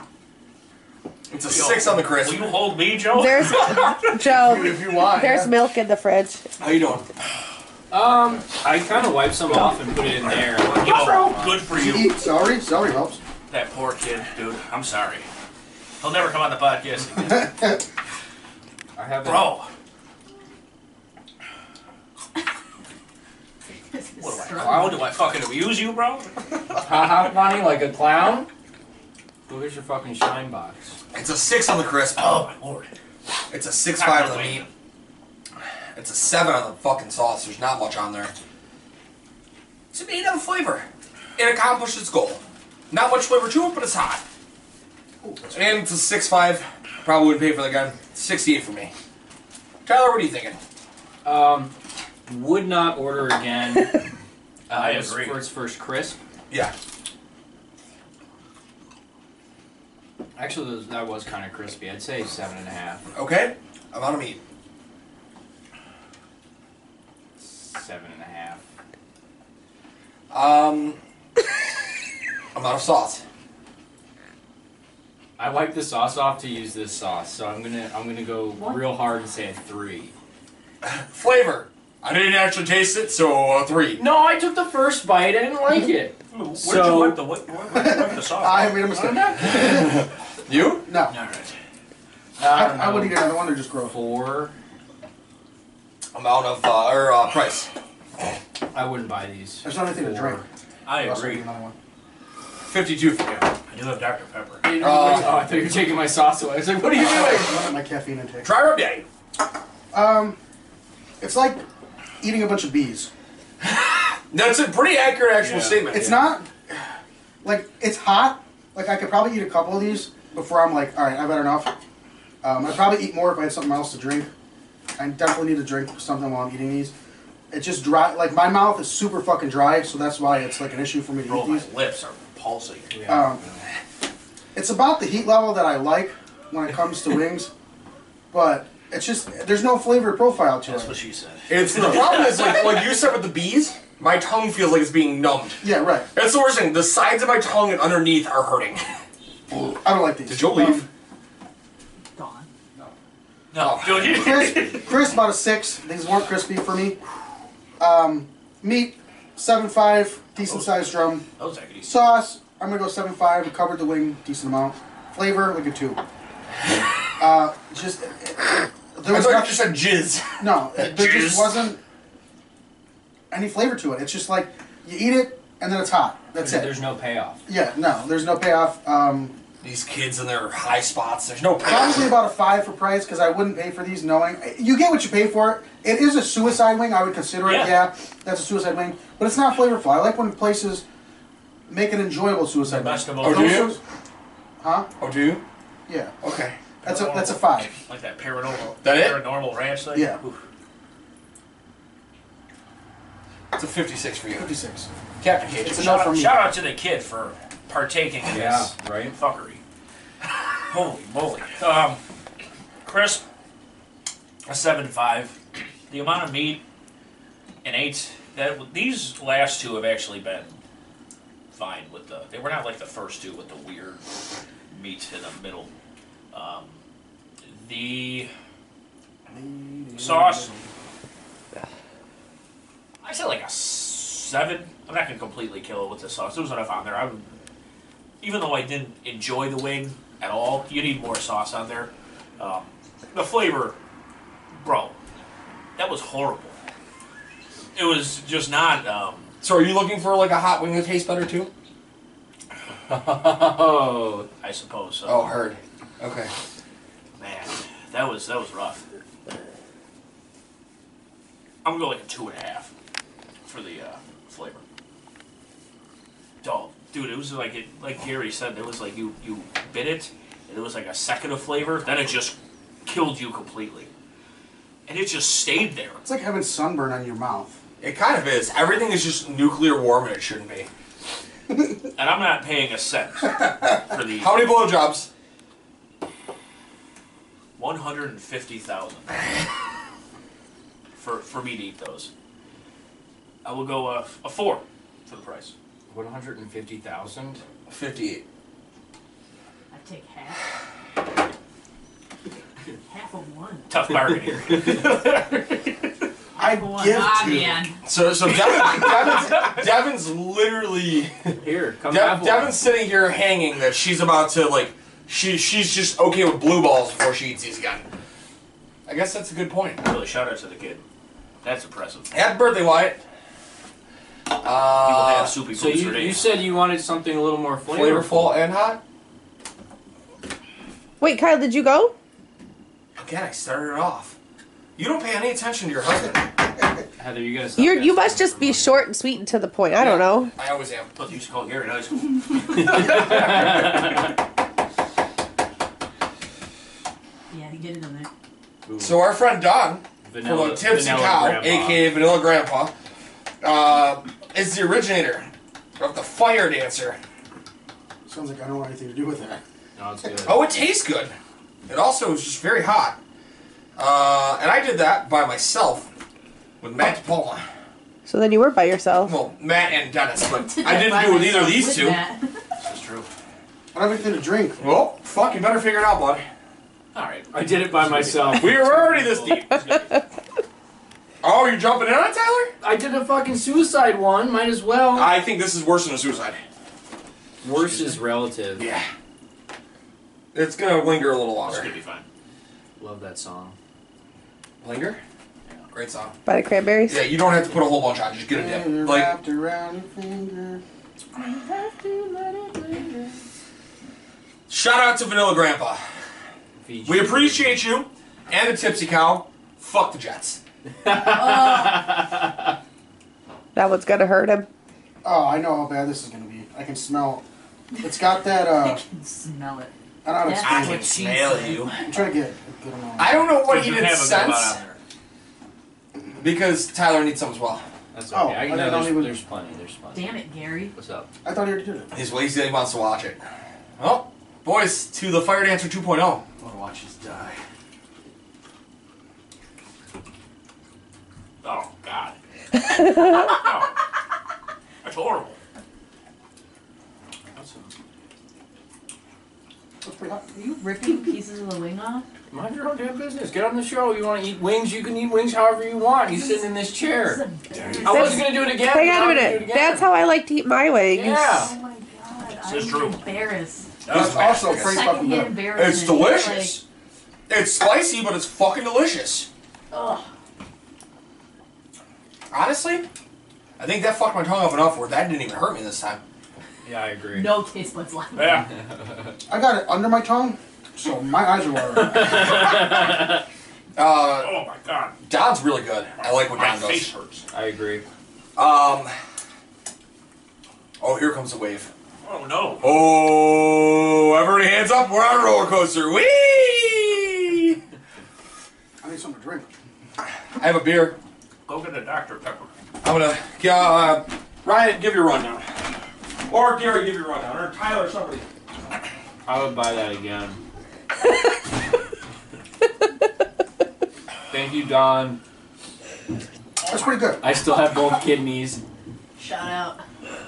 B: It's a
D: Yo,
B: six on the
D: Will
B: crisp.
D: you hold me, Joe?
G: There's
H: Dude,
G: Joe.
H: Oh, if you want.
G: There's milk in the fridge.
B: How you doing?
E: Um, I kind of wiped some off and put it in there.
D: Yo, good for you.
C: Eat celery. Celery helps.
D: That poor kid, dude. I'm sorry. He'll never come on the podcast again.
E: I have a-
D: Bro,
F: This is
D: what do I
F: strong.
D: clown? Do I fucking abuse you, bro?
E: Ha ha funny like a clown? Well, here's your fucking shine box.
B: It's a six on the crisp.
D: Oh my lord.
B: It's a six five
D: I'm
B: on the
D: waiting.
B: meat. It's a seven on the fucking sauce. There's not much on there. It's an eight on the flavor. It accomplished its goal. Not much flavor to it, but it's hot. And it's a six five. Probably would pay for the gun. Sixty eight for me. Tyler, what are you thinking?
E: Um, would not order again. Uh,
D: I
E: it was
D: agree.
E: For its first crisp.
B: Yeah.
E: Actually, those- that was kind of crispy. I'd say seven and a half.
B: Okay. Amount of meat.
E: Seven and a half.
B: Um. amount of sauce.
E: I wiped the sauce off to use this sauce, so I'm gonna I'm gonna go
F: What?
E: real hard and say a three.
B: Flavor. I didn't actually taste it, so uh, three.
E: No, I took the first bite. I didn't like it.
D: Where'd
E: So-
D: you wipe the, what, where, where, where the sauce?
C: I made a mistake.
B: You?
D: All
C: No,
D: right.
C: I,
E: don't
C: I would
E: know.
C: eat another one or just grow.
E: Uh, Four.
B: Amount of uh, or uh, price.
E: I wouldn't buy these.
C: There's nothing to drink.
D: I
C: I'll also
D: agree.
C: eat another one.
B: Fifty two for you.
D: I do have Dr. Pepper.
E: Oh, I thought you were taking my sauce away. I was like, what are you doing?
C: Look at my caffeine intake.
B: Try rub daddy.
C: Um, it's like eating a bunch of bees.
B: That's a pretty accurate actual
D: Yeah.
B: statement.
C: It's not like it's hot. Like I could probably eat a couple of these before I'm like, all right, I've had enough. Um, I'd probably eat more if I had something else to drink. I definitely need to drink something while I'm eating these. It's just dry. Like my mouth is super fucking dry, so that's why it's like an issue for me to
D: Bro,
C: eat
D: Oh my
C: these.
D: lips are pulsing.
C: Um, it's about the heat level that I like when it comes to wings, but it's just there's no flavor profile to
D: That's what
C: it.
D: she said.
B: It's the problem is like like you said with the bees. My tongue feels like it's being numbed.
C: Yeah, right.
B: That's the worst thing. The sides of my tongue and underneath are hurting.
C: I don't like these.
B: Did Joel leave?
C: Um,
F: Gone.
B: Oh.
D: No, dude, you-
C: crisp, crisp about a six. These weren't crispy for me. Um, meat, seven five,
B: Oh.
C: decent sized drum.
D: those I could eat.
C: Sauce, I'm gonna go seven five. Covered the wing, decent amount. Flavor, like a two. Uh, just there
B: I thought
C: was
B: you
C: nothing.
B: just said jizz.
C: No, it- there
B: Jizz.
C: just wasn't any flavor to it. It's just like you eat it and then it's hot. That's it.
E: There's no payoff.
C: yeah, no, there's no payoff. Um,
B: These kids in their high spots. There's no
C: probably about a five for price because I wouldn't pay for these knowing you get what you pay for. It is a suicide wing. I would consider it.
D: Yeah.
C: Yeah, that's a suicide wing, but it's not flavorful. I like when places make an enjoyable suicide wing.
D: Vegetable.
B: Oh, do
C: Those
B: you?
C: ones- Huh?
B: Oh, do you?
C: Yeah,
B: Okay.
C: that's a that's a five.
D: Like that paranormal,
B: That it?
D: paranormal ranch thing?
C: Yeah.
D: Oof.
B: It's a 56 for you.
C: Fifty six.
B: Captain Cage.
C: It's a no
D: Shout,
C: for
D: out,
C: me.
D: shout out to the kid for partaking in
E: Yeah,
D: this
E: right?
D: fuckery. Holy moly. Um, crisp, a seven five. The amount of meat, an eight. That these last two have actually been fine with the. They were not like the first two with the weird meat in the middle. Um, the sauce. I said like a seven. I'm not gonna completely kill it with the sauce. There was enough on there. I would, even though I didn't enjoy the wing at all, you need more sauce on there. Um, the flavor, bro, that was horrible. It was just not. Um,
B: So are you looking for like a hot wing that tastes better too?
E: Oh,
D: I suppose. uh, So.
B: Oh, heard. Okay.
D: Man, that was that was rough. I'm gonna go like a two and a half for the uh, flavor. Dull, dude. It was like it, like Gary said. It was like you you bit it, and it was like a second of flavor. Then it just killed you completely, and it just stayed there.
C: It's like having sunburn on your mouth.
B: It kind of is. Everything is just nuclear warm and it shouldn't be.
D: And I'm not paying a cent for the
B: How many blowjobs?
D: one hundred and fifty thousand for for me to eat those. I will go uh, a, a four for the price.
E: 150,000?
B: 58.
F: I take half. half of one.
D: Tough bargaining.
C: I
F: One.
C: give
F: ah,
C: to.
F: man.
B: So, so Devin, Devin's, Devin's literally.
E: Here, come
B: Dev,
E: have
B: Devin's sitting here hanging that she's about to like she she's just okay with blue balls before she eats these again. I guess that's a good point.
D: really, shout out to the kid. That's impressive.
B: Happy birthday, Wyatt.
D: People
B: Uh,
D: have soupy
E: one. So
D: boobs
E: you,
D: for
E: you
D: days.
E: said you wanted something a little more flavorful.
B: flavorful and hot.
G: Wait, Kyle, did you go?
B: Again, I started it off. You don't pay any attention to your husband.
E: Heather, you gotta stop.
G: You you
E: asking
G: must
E: for
G: just be
E: money.
G: short and sweet and to the point. I don't know.
B: I always am.
D: Plus, you used to call Gary in high school.
F: Yeah, get it in there.
E: Ooh,
B: So our friend Don,
E: vanilla-
B: from Tipsy
E: vanilla
B: Cow,
E: grandpa.
B: aka Vanilla Grandpa, uh, is the originator of the fire dancer.
C: Sounds like I don't want anything to do with that.
E: No, it's good.
B: Oh, it tastes good. It also is just very hot. Uh, and I did that by myself with Matt DePaula.
G: So then you were by yourself.
B: Well, Matt and Dennis, but
F: Did
B: I
F: that
B: didn't
F: by
B: do it with either of
F: myself
B: these two.
F: Matt.
D: This is true.
C: I don't have anything to drink.
B: Well, fuck, you better figure it out, bud.
D: All right.
J: I did it by myself.
B: We were already this deep. Oh, you're jumping in on it, Tyler?
J: I did a fucking suicide one. Might as well.
B: I think this is worse than a suicide.
E: Worse is relative.
B: Yeah. It's gonna linger a little
D: It's gonna
B: longer.
D: be fine.
E: Love that song.
B: Linger? Great song.
G: By the cranberries.
B: Yeah, you don't have to put a whole bunch on. Just get a
C: You're
B: dip. Like,
C: wrapped around your finger. You have to let it linger.
B: shout out to Vanilla Grandpa.
E: Fiji.
B: We appreciate you and the Tipsy Cow. Fuck the Jets.
F: Oh,
G: That one's gonna hurt him.
C: Oh, I know how bad this is gonna be. I can smell. It's got that. uh...
F: I can smell it.
C: I don't know.
F: That's
C: How to explain
F: what
C: it.
F: she said.
B: you.
C: I'm trying to get a good amount.
B: I don't know what he
D: Doesn't
B: did
D: have a good
B: sense
D: lot on there.
B: because Tyler needs some as well.
E: That's
C: Oh,
E: okay. I,
C: I
E: no,
C: don't
E: there's,
C: even-
E: there's plenty. There's plenty.
F: Damn it, Gary.
E: What's up?
C: I thought you already did it.
B: He's well, he said he wants to watch it. Well, boys, to the Fire Dancer oh. 2.0.
H: I want to watch this die.
D: Oh God. no. That's horrible. That's a-
C: That's pretty hot.
F: Are you ripping pieces of the wing off?
E: Mind your own damn business. Get on the show. You want to eat wings? You can eat wings however you want. He's sitting in this
F: This is
E: chair.
F: embarrassing.
E: I wasn't gonna do it again.
G: Hang
E: but
G: on
E: now
G: a
E: I'm gonna do
G: minute.
E: it again.
G: That's how I like to eat my wings.
E: Yeah.
F: Oh my god.
D: This is
F: I'm
D: true.
F: embarrassed.
B: That was
C: It's
B: bad.
C: also
B: It's
C: pretty fucking
F: Secondhand
C: good.
F: embarrassment.
B: It's delicious. It's spicy, but it's fucking delicious.
F: Like, ugh.
B: Honestly, I think that fucked my tongue up enough where that didn't even hurt me this time.
E: Yeah, I agree.
F: No taste buds left.
D: Yeah.
C: I got it under my tongue, so my eyes are watering.
B: Uh,
D: Oh my God.
B: Don's really good. I like what
D: My
B: Don
D: face
B: goes.
D: hurts.
E: I agree.
B: Um. Oh, here comes the wave.
D: Oh no.
B: Oh, everybody hands up. We're on a roller coaster. Whee!
C: I need something to drink.
B: I have a beer.
D: Go get a Dr Pepper.
B: I'm gonna. Uh, Ryan, give your rundown. Or Gary, give your rundown. Or Tyler, somebody.
E: I would buy that again. Thank you, Don.
C: That's pretty good.
E: I still have both kidneys.
F: Shout out.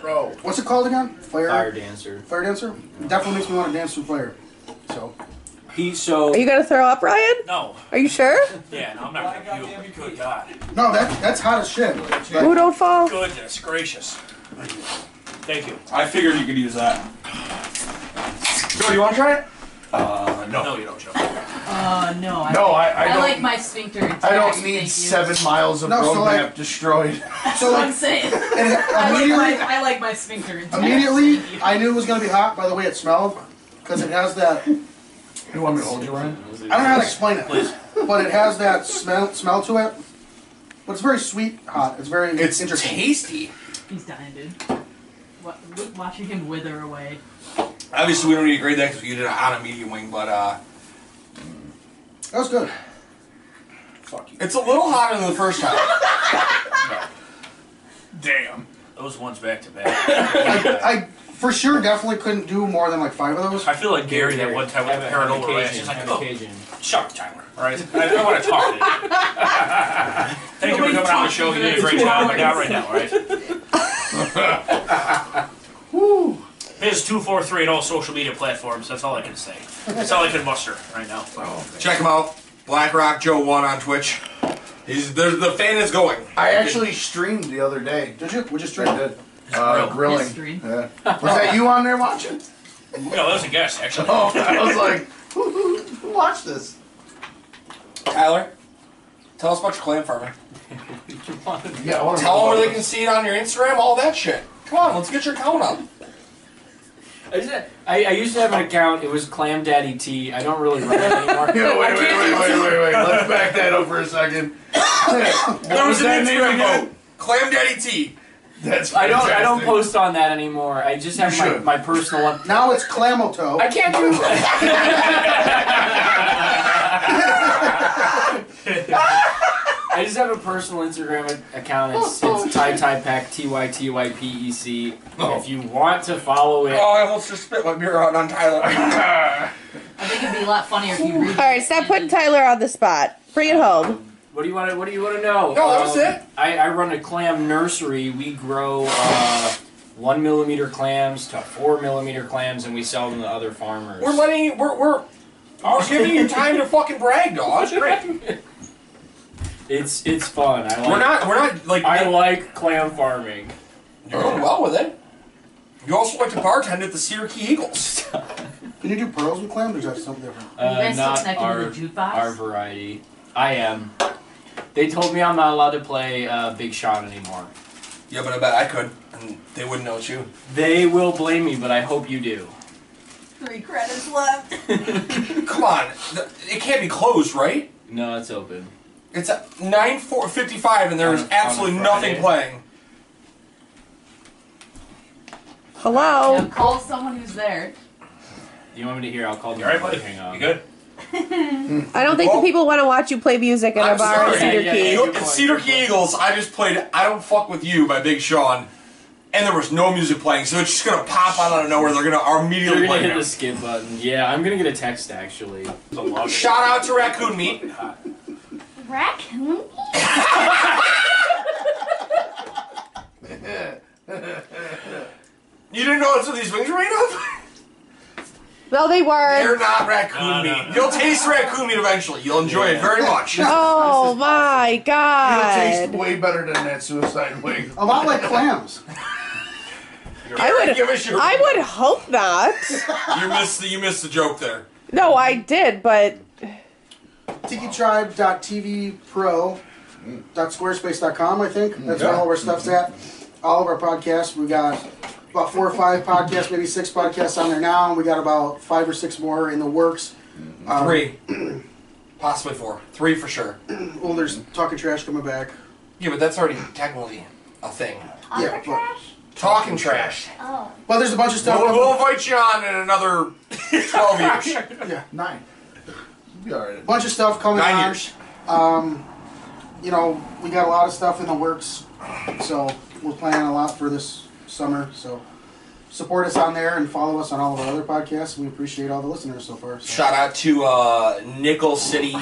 C: Bro. What's it called again? Flare.
E: Fire
C: Fire,
E: dancer.
C: dancer. It definitely makes me want to dance some flare. So
E: He so
G: Are you gonna throw up, Ryan?
D: No.
G: Are you sure?
D: Yeah. No, I'm not gonna puke. Good God.
C: no, that that's hot as shit.
G: Ooh,
C: But
G: don't fall.
D: Goodness gracious. Thank you.
J: I figured you could use that.
B: Joe, do you want to try it?
H: Uh, no.
D: No, you don't, Joe. All
F: Uh, no. I,
H: No, I, I,
F: I,
H: don't.
F: like my sphincter. intact,
H: I don't
F: thank you.
H: need seven miles of
C: No, so
H: road
C: like-
H: map destroyed.
C: so
F: That's what I'm
C: like
F: saying.
C: and
F: I like,
C: immediately,
F: my, I like my sphincter. intact,
C: immediately,
F: thank you.
C: I knew it was gonna be hot by the way it smelled, because it has that. I
H: You want me to hold you, Ryan?
C: don't know how to explain it, but it has that smell smell to it. But it's very sweet hot. It's very
B: It's
C: interesting.
B: tasty.
F: He's dying, dude. Wa- w- Watching him wither away.
B: Obviously, we don't need to grade that because you did it on a medium wing, but uh,
C: That was good. Fuck you.
B: it's a little hotter than the first time.
J: Damn.
D: Those ones back to back.
C: I for sure definitely couldn't do more than like five of those.
D: I feel like Gary that one time with the
E: Have a- have
D: paranormal
E: an
D: rash.
E: occasion,
D: He's like,
E: have an
D: oh,
E: occasion.
D: shut up, Tyler. All right. I, I want to talk to you. Thank you for
F: Nobody
D: coming on the
F: talked
D: show.
F: to
D: You
F: me
D: did a
F: for
D: great
F: two
D: job. But not
F: hours.
D: right now, all right? Woo. Biz two four three and all social media platforms. That's all I can say. That's all I can muster right now.
B: Check him out. BlackRock Joe One on Twitch. He's there's the fan is going.
H: I actually streamed the other day.
C: Did you? We just
H: I
C: tried it.
H: did. Uh,
F: Grill.
H: grilling.
F: His stream.
H: Yeah. Was that you on there watching?
D: No, that was a guess actually.
H: Oh, I was like, who, who, who watched this?
B: Tyler, tell us about your clam farming.
H: Yeah, I want to
B: Tell them where they can see it on your Instagram, all that shit. Come on, let's get your count up.
E: I, used to- I, I used to have an account. It was Clam Daddy T. I don't really run it anymore.
H: Yeah, wait,
E: I can't
H: wait, wait,
E: do
H: wait,
E: two-
H: wait, wait. Let's back that up for a second.
B: There was
H: was that
B: an
H: name
B: Instagram
H: again?
B: vote. Clam Daddy T.
H: That's
E: I don't. I don't
H: fantastic.
E: post on that anymore. I just have
H: You
E: my,
H: should.
E: my personal one.
C: Now it's Clamoto.
E: I can't do. I just have a personal Instagram a- account. It's,
B: Oh,
E: it's Ty Ty Pack T Y T Y P E C. If you want to follow it,
B: Oh, I almost just spit my beer out on Tyler.
F: I think it'd be a lot funnier if you read
G: All right, stop putting Tyler on the spot. Bring it home.
E: What do you want to? What do you want to know?
B: No, that was
E: Um,
B: it.
E: I, I run a clam nursery. We grow uh, one millimeter clams to four millimeter clams, and we sell them to other farmers.
B: we're letting you. We're we're. I'm giving you time to fucking brag, dog.
E: it's it's fun. I like.
B: We're not. We're not like.
E: I like clam farming.
B: You're doing well with it. You also like to bartend at the Syracuse Eagles.
C: Can you do pearls with clam? Or is that something different?
F: Are you
E: Uh,
F: guys still
E: not
F: connected
E: our
F: to the jukebox?
E: our variety. I am. They told me I'm not allowed to play uh, Big Shot anymore.
B: Yeah, but I bet I could, and they wouldn't know it's you.
E: They will blame me, but I hope you do.
F: Three credits left.
B: Come on, th- it can't be closed, right?
E: No, it's open.
B: It's at nine four fifty five, and there is
E: On a- on a
B: absolutely
E: Friday.
B: nothing playing.
G: Hello. Oh.
F: Yeah, call someone who's there.
E: You want me to hear? I'll call them.
D: right, buddy?
E: Hang on.
D: You good?
G: I don't think the
B: Well-
G: people want to watch you play music at
B: I'm
G: a bar
B: sorry.
G: in Cedar
E: Yeah, yeah,
G: Key.
E: yeah.
B: You-
E: good
B: at
E: point,
B: Cedar
E: good
B: Key
E: point.
B: Eagles, I just played "I Don't Fuck with You" by Big Sean, and there was no music playing, so it's just gonna pop out out of nowhere. They're gonna
E: You're
B: immediately
E: gonna
B: play
E: hit the
B: it.
E: skip button. Yeah, I'm gonna get a text actually.
B: Shout out to Raccoon Meat.
I: Raccoon?
B: You didn't know that's what these wings were made of?
G: No, they
B: They're
G: were.
B: not raccoon
D: No, no,
B: meat.
D: no.
B: You'll taste raccoon meat eventually. You'll enjoy it very much.
G: Oh my
H: It'll taste
G: god.
H: way better than that suicide wing.
C: A lot like clams.
G: I would-
B: Give us your.
G: I would hope not.
B: You missed the you missed the joke there.
G: No, I did, but
C: TikiTribe.tvpro.squarespace.com, I think. That's where all of our stuff's at. All of our podcasts. We got about four or five podcasts, maybe six podcasts on there now, and we got about five or six more in the works. Um,
B: Three, possibly four. Three for sure.
C: Well, Oh, there's Talking Trash coming back.
B: Yeah, but that's already technically a thing.
I: Upper
C: Yeah, but-
I: trash?
B: Talking trash.
I: Oh.
C: But there's a bunch of stuff.
B: We'll, we'll invite you on in another twelve years.
C: yeah.
H: Nine. You'll be alright.
C: bunch of stuff coming
B: Nine
C: on.
B: years.
C: You know, we got a lot of stuff in the works, so we're planning a lot for this summer. So support us on there and follow us on all of our other podcasts. We appreciate all the listeners so far. So.
B: Shout out to uh, Nickel City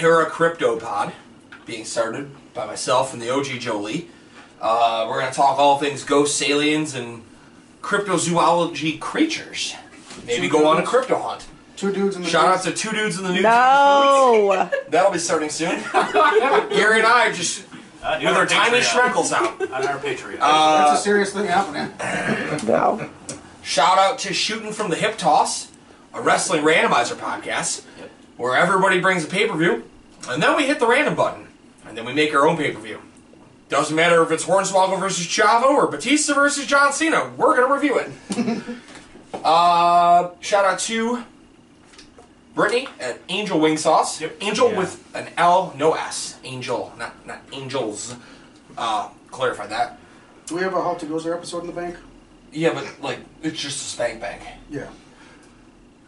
B: Paracryptopod being started by myself and the OG Jolie. Uh, we're going to talk all things ghosts, aliens, and cryptozoology creatures. Maybe go on a crypto hunt.
C: Two dudes in the
B: Shout out to two dudes in the new.
G: no.
B: That'll be starting soon. Gary and I just
D: Uh,
B: with our tiny
D: Patreon.
B: shrenkles out.
D: On our Patreon.
B: Uh,
C: That's a serious thing happening.
G: No.
B: Shout out to Shooting from the Hip Toss, a wrestling randomizer podcast, where everybody brings a pay per view, and then we hit the random button, and then we make our own pay per view. Doesn't matter if it's Hornswoggle versus Chavo or Batista versus John Cena, we're going to review it. uh, shout out to Brittany at Angel Wing Sauce.
D: Yep.
B: Angel
E: Yeah.
B: with an L, no S. Angel, not, not angels. Uh, clarify that.
C: Do we have a Halt to Gozer episode in the bank?
B: Yeah, but like, it's just a spank bank.
C: Yeah.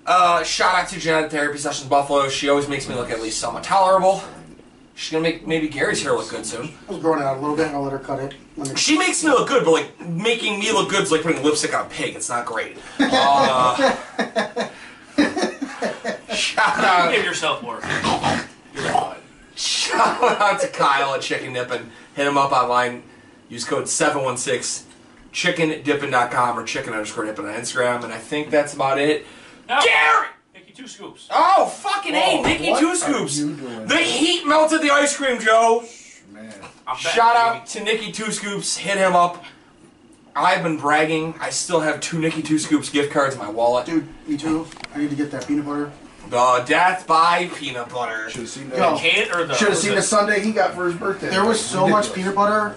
B: Uh, shout out to Janet Therapy Sessions Buffalo. She always makes me look at least somewhat tolerable. She's gonna make maybe Gary's hair look good soon.
C: I was growing it out a little bit. I'll let her cut it. Let me-
B: She makes me look good, but like making me look good is like putting lipstick on a pig. It's not great. Uh, shout out,
D: Give yourself more.
B: shout out to Kyle at Chicken Dippin'. Hit him up online. Use code 716 chickendippin.com or chicken underscore dippin' on Instagram. And I think that's about it.
D: No.
B: Gary!
D: Take you two scoops.
B: Oh, fucking A,
H: Whoa,
B: Nikki
H: what
B: Two
H: are
B: Scoops.
H: you doing?
B: The heat melted the ice cream, Joe.
H: Man.
D: I'm back,
B: Shout
D: baby.
B: out to Nikki Two Scoops. Hit him up. I've been bragging. I still have two Nikki Two Scoops gift cards in my wallet.
C: Dude, me too. I need to get that peanut butter.
B: The Death by Peanut Butter.
H: Should have seen
C: Yo.
H: that.
D: Can or the
H: Should have
D: was
H: seen
D: it-
H: the Sunday he got for his birthday.
C: There was so much
H: Ridiculous.
C: peanut butter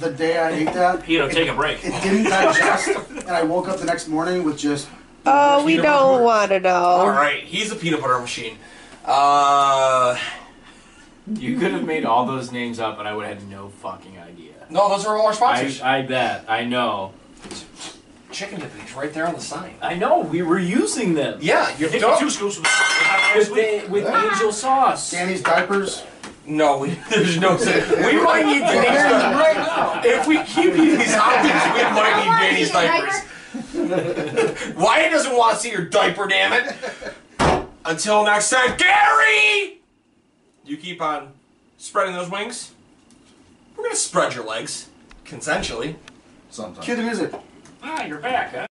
C: the day I ate that.
D: Peter, take a break.
C: It didn't digest, and I woke up the next morning with just.
G: Oh, we
C: Peanut
G: don't
C: butter.
G: want to know.
B: All right, he's a peanut butter machine. Uh,
E: You could have made all those names up, and I would have had no fucking idea.
B: no, those are all our
E: I,
B: sponsors.
E: I bet. I know.
B: Chicken dippies right there on the sign.
E: I know. We were using them.
B: Yeah, you're
D: Take
B: dumb.
D: two scoops of
E: With, the, with
D: Ah.
E: angel sauce.
C: Danny's diapers.
B: No, we, there's no. We might need Danny's.
E: Right now.
B: If we keep these options, we might
I: I wanna
B: need Danny's
I: see your
B: diapers. Wyatt doesn't want to see your diaper, damn it. Until next time, Gary! You keep on spreading those wings. We're going to spread your legs, consensually.
H: Sometimes.
C: Cue the music.
D: Ah, you're back, huh?